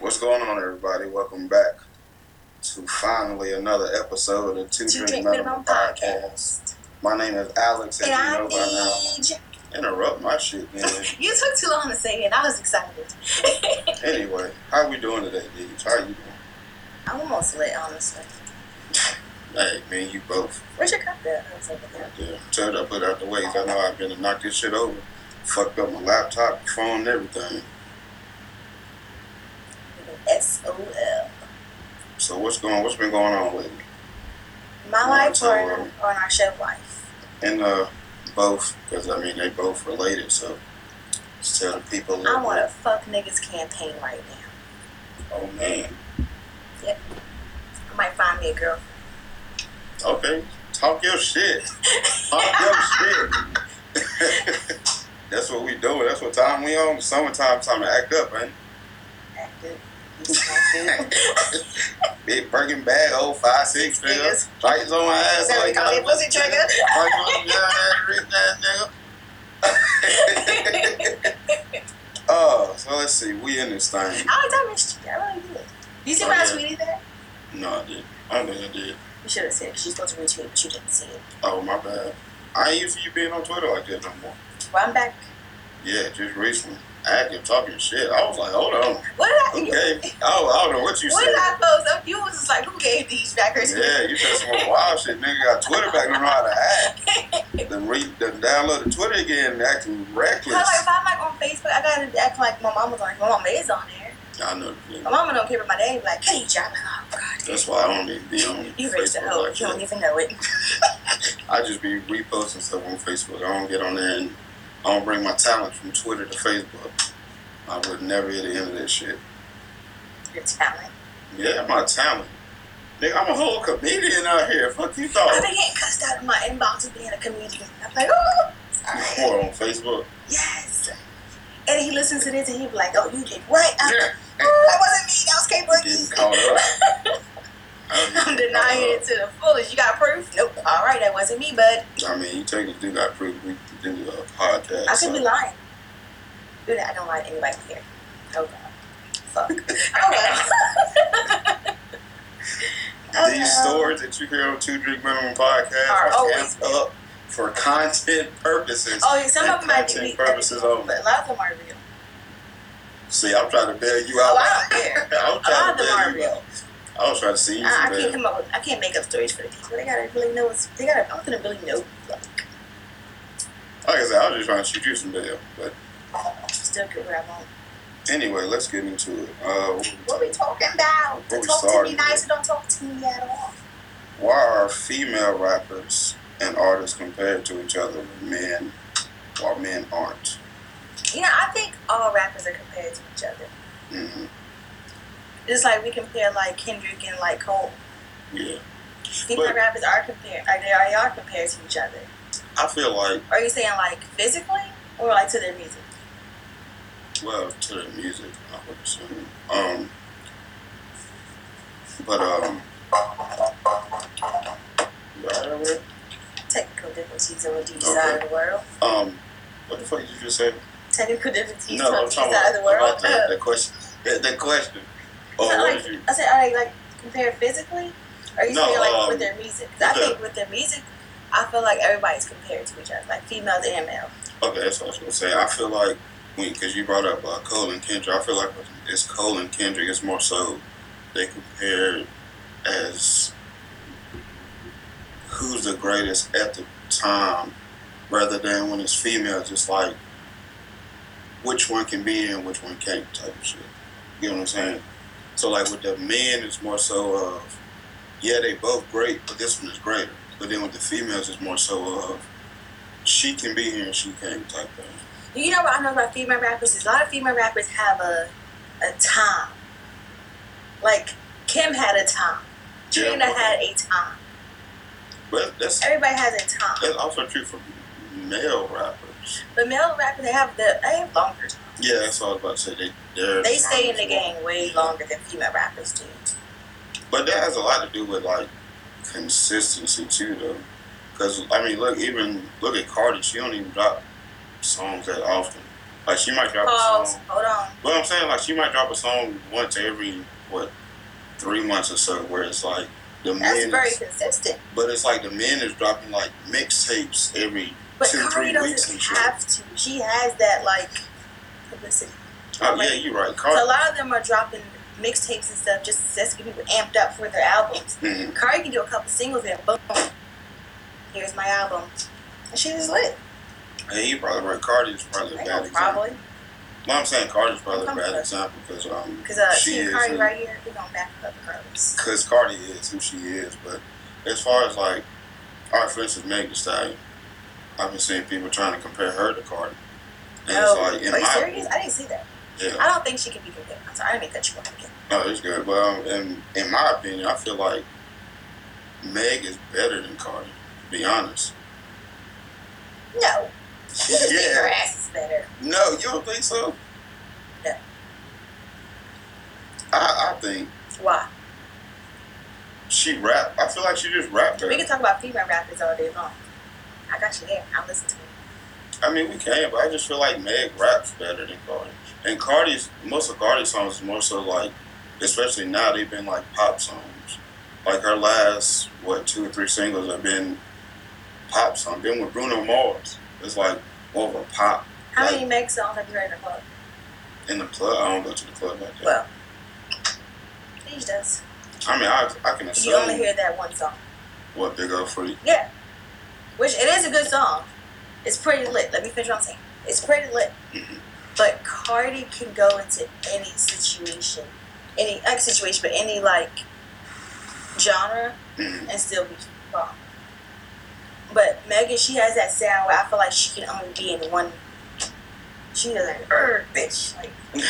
What's going on, everybody? Welcome back to finally another episode of Two, Two Drink, Drink Minimum Minimum podcast. Podcast. My name is Alex, as And you I'm know by Deej. now. Interrupt my shit, man. You took too long to say it. I was excited. anyway, how we doing today, Deej? How you doing? I'm almost lit, honestly. Hey, man, you both. Where's your cup at? I was over there. Yeah, tell you to put out the ways. I know I've been to knock this shit over. Fucked up my laptop, phone, everything. S O L. So what's going? What's been going on lately? My Oh, life or, so, um, or our chef life? And uh, both, because I mean they both related. So just tell the people. a little I want bit. to fuck niggas campaign right now. Oh man. I might find me a girl. Okay, talk your shit. Talk your shit. That's what we doing. That's what time we on. Summertime time to act up, man. Active. Active. Big Birkin bag, old five six nigga. Niggas. Lights on my ass. Is that what like, you call it, pussy trigger? Lights on your ass, rich ass nigga. oh, so let's see. We in this thing. I like that mystery. I really do. You see when I Oh, tweeted that? No, I did. I think I did. You should have said it. She's supposed to retweet, but you didn't see it. Oh my bad. I ain't used to you being on Twitter like that no more. Well, I'm back. Yeah, just recently. Active talking shit. I was like, hold on. What did I? Who gave? Oh, I don't know what you What did said. I post? Oh, You was just like, who gave these backers? Yeah, you said some wild shit. Nigga got Twitter back and know how to act. Then re, then download the Twitter again, and acting Cause like if reckless. I'm like on Facebook, I gotta act like my mama's on. My mama is on there. I know. My mama don't care about my name. Like, hey, John, oh god, That's why I don't even be on you raised a Facebook hoe. like you don't that. even know it. I just be reposting stuff on Facebook. I don't get on there and I don't bring my talent from Twitter to Facebook. I would never get the end of that shit. Your talent. Yeah, my talent. Nigga, I'm a whole comedian out here. Fuck you I've thought. been getting cussed out in my inbox of being a comedian. I'm like, oh, sorry. More on Facebook. yes. And he listens to this and he be like, oh, you did what? I'm, Yeah. oh, that wasn't me. That was Kate Getting Brookie. caught up. I don't I'm get caught denying up. it to the fullest. You got proof? Nope. All right, that wasn't me, but I mean, you technically do got proof we can do a podcast. I so- could be lying. Dude, I don't lie to anybody here. Oh god. Fuck. Oh well. Oh, These no. stories that you hear on Two Drink Minimum Podcast Are are always- amped up for content purposes. Oh, yeah, some and of them might be content real, purposes only. but a lot of them are real. See, I'm trying to bail you out. Oh, I don't care. I'm A lot trying of to them are bail you out. real. I was trying to see you I, I some can't bail. come up with. I can't make up stories for the people. They gotta really know. What's, they gotta. I'm gonna really know. Like, Like I said, I was just trying to shoot you some bail. But I'm still good where I want. anyway, let's get into it. Uh, What we talking about? What we talk to sorry me for. nice or don't talk to me at all. why are female rappers and artists compared to each other with men while men aren't? You know, I think all rappers are compared to each other. hmm It's like we compare like Kendrick and like Cole. Yeah. Female But- rappers are compared. Are they are y'all compared to each other? I feel like Are you saying like physically or like to their music? Well, to the music, I would assume. Um, but um, you all right over there? Technical differences on each side of the world. um, what the fuck did you just say? Technical differences no, on I'm each talking side about, of the world. about the, the question. The, the question. Oh, So, what like, did you? I said, are they like compared physically? Or are you No, saying like um, with their music? 'Cause I with think with their music, I feel like everybody's compared to each other, like females and males. Okay, that's what I was gonna say. I feel like when because you brought up uh, Cole and Kendrick, I feel like with- it's Cole and Kendrick. It's more so they compared as who's the greatest at the time, rather than when it's female, just like which one can be and which one can't type of shit. You know what I'm saying? So like with the men, it's more so of yeah, they both great, but this one is greater. But then with the females, it's more so of she can be here and she can't type thing. You know what I know about female rappers is a lot of female rappers have a a time. Like Kim had a time. Yeah, Trina well- had a time. But that's Everybody has a time. that's also true for male rappers. But male rappers, they have the they have longer time. Yeah, that's all I was about to say. They they're- They stay in the game way longer than female rappers do. But that has a lot to do with like consistency too, though. Because I mean, look, even look at Cardi. She don't even drop songs that often. Like she might drop a Pause. song. Hold on. But I'm saying like she might drop a song once every what three months or so, where it's like the That's men. very is- consistent. but it's like the men is dropping like mixtapes every But two Cardi three weeks doesn't and shit. have to. She has that like publicity. Oh yeah, you're right. Cardi. So a lot of them are dropping mixtapes and stuff just just to get people amped up for their albums. Mhm. Cardi can do a couple singles and boom, here's my album, and she was lit. Hey, you probably right. Cardi is probably a Ain't bad no example. probably No, I'm saying Cardi's probably a Come bad for it. example because um because uh, she she and is Cardi a- right here, we gonna back up the girls. because Cardi is who she is. But as far as like, all right, for instance, Megan Thee Stallion, I've been seeing people trying to compare her to Cardi, and Oh, it's like in are you my serious? I didn't see that. yeah, I don't think she can be compared. I'm sorry, I didn't mean to cut you off again. no, it's good. But um, in in my opinion, I feel like Meg is better than Cardi. To be honest, No, she just think her yeah, ass is better. no, you don't think so? No. I, I think Why? she rap. I feel like she just rapped We her. can talk about female rappers all day long. I got you there. I'll listen to it. I mean, we can, but I just feel like Meg raps better than Cardi. And Cardi's most of Cardi's songs is more so like, especially now they've been like pop songs. Like her last what two or three singles have been pop songs. Been with Bruno Mars, it's like more of a pop. How like many Meg songs have you heard in the club? in the club, I don't go to the club like that. Well, she does. I mean, I, I can You only assume hear that one song. what Big Up Free. Yeah. Which it is a good song. It's pretty lit. Let me finish what I'm saying. It's pretty lit. Mhm. But Cardi can go into any situation, any like situation, but any like genre Mhm. and still be bomb. But Megan, she has that sound where I feel like she can only be in one. She does like, er, bitch. Like,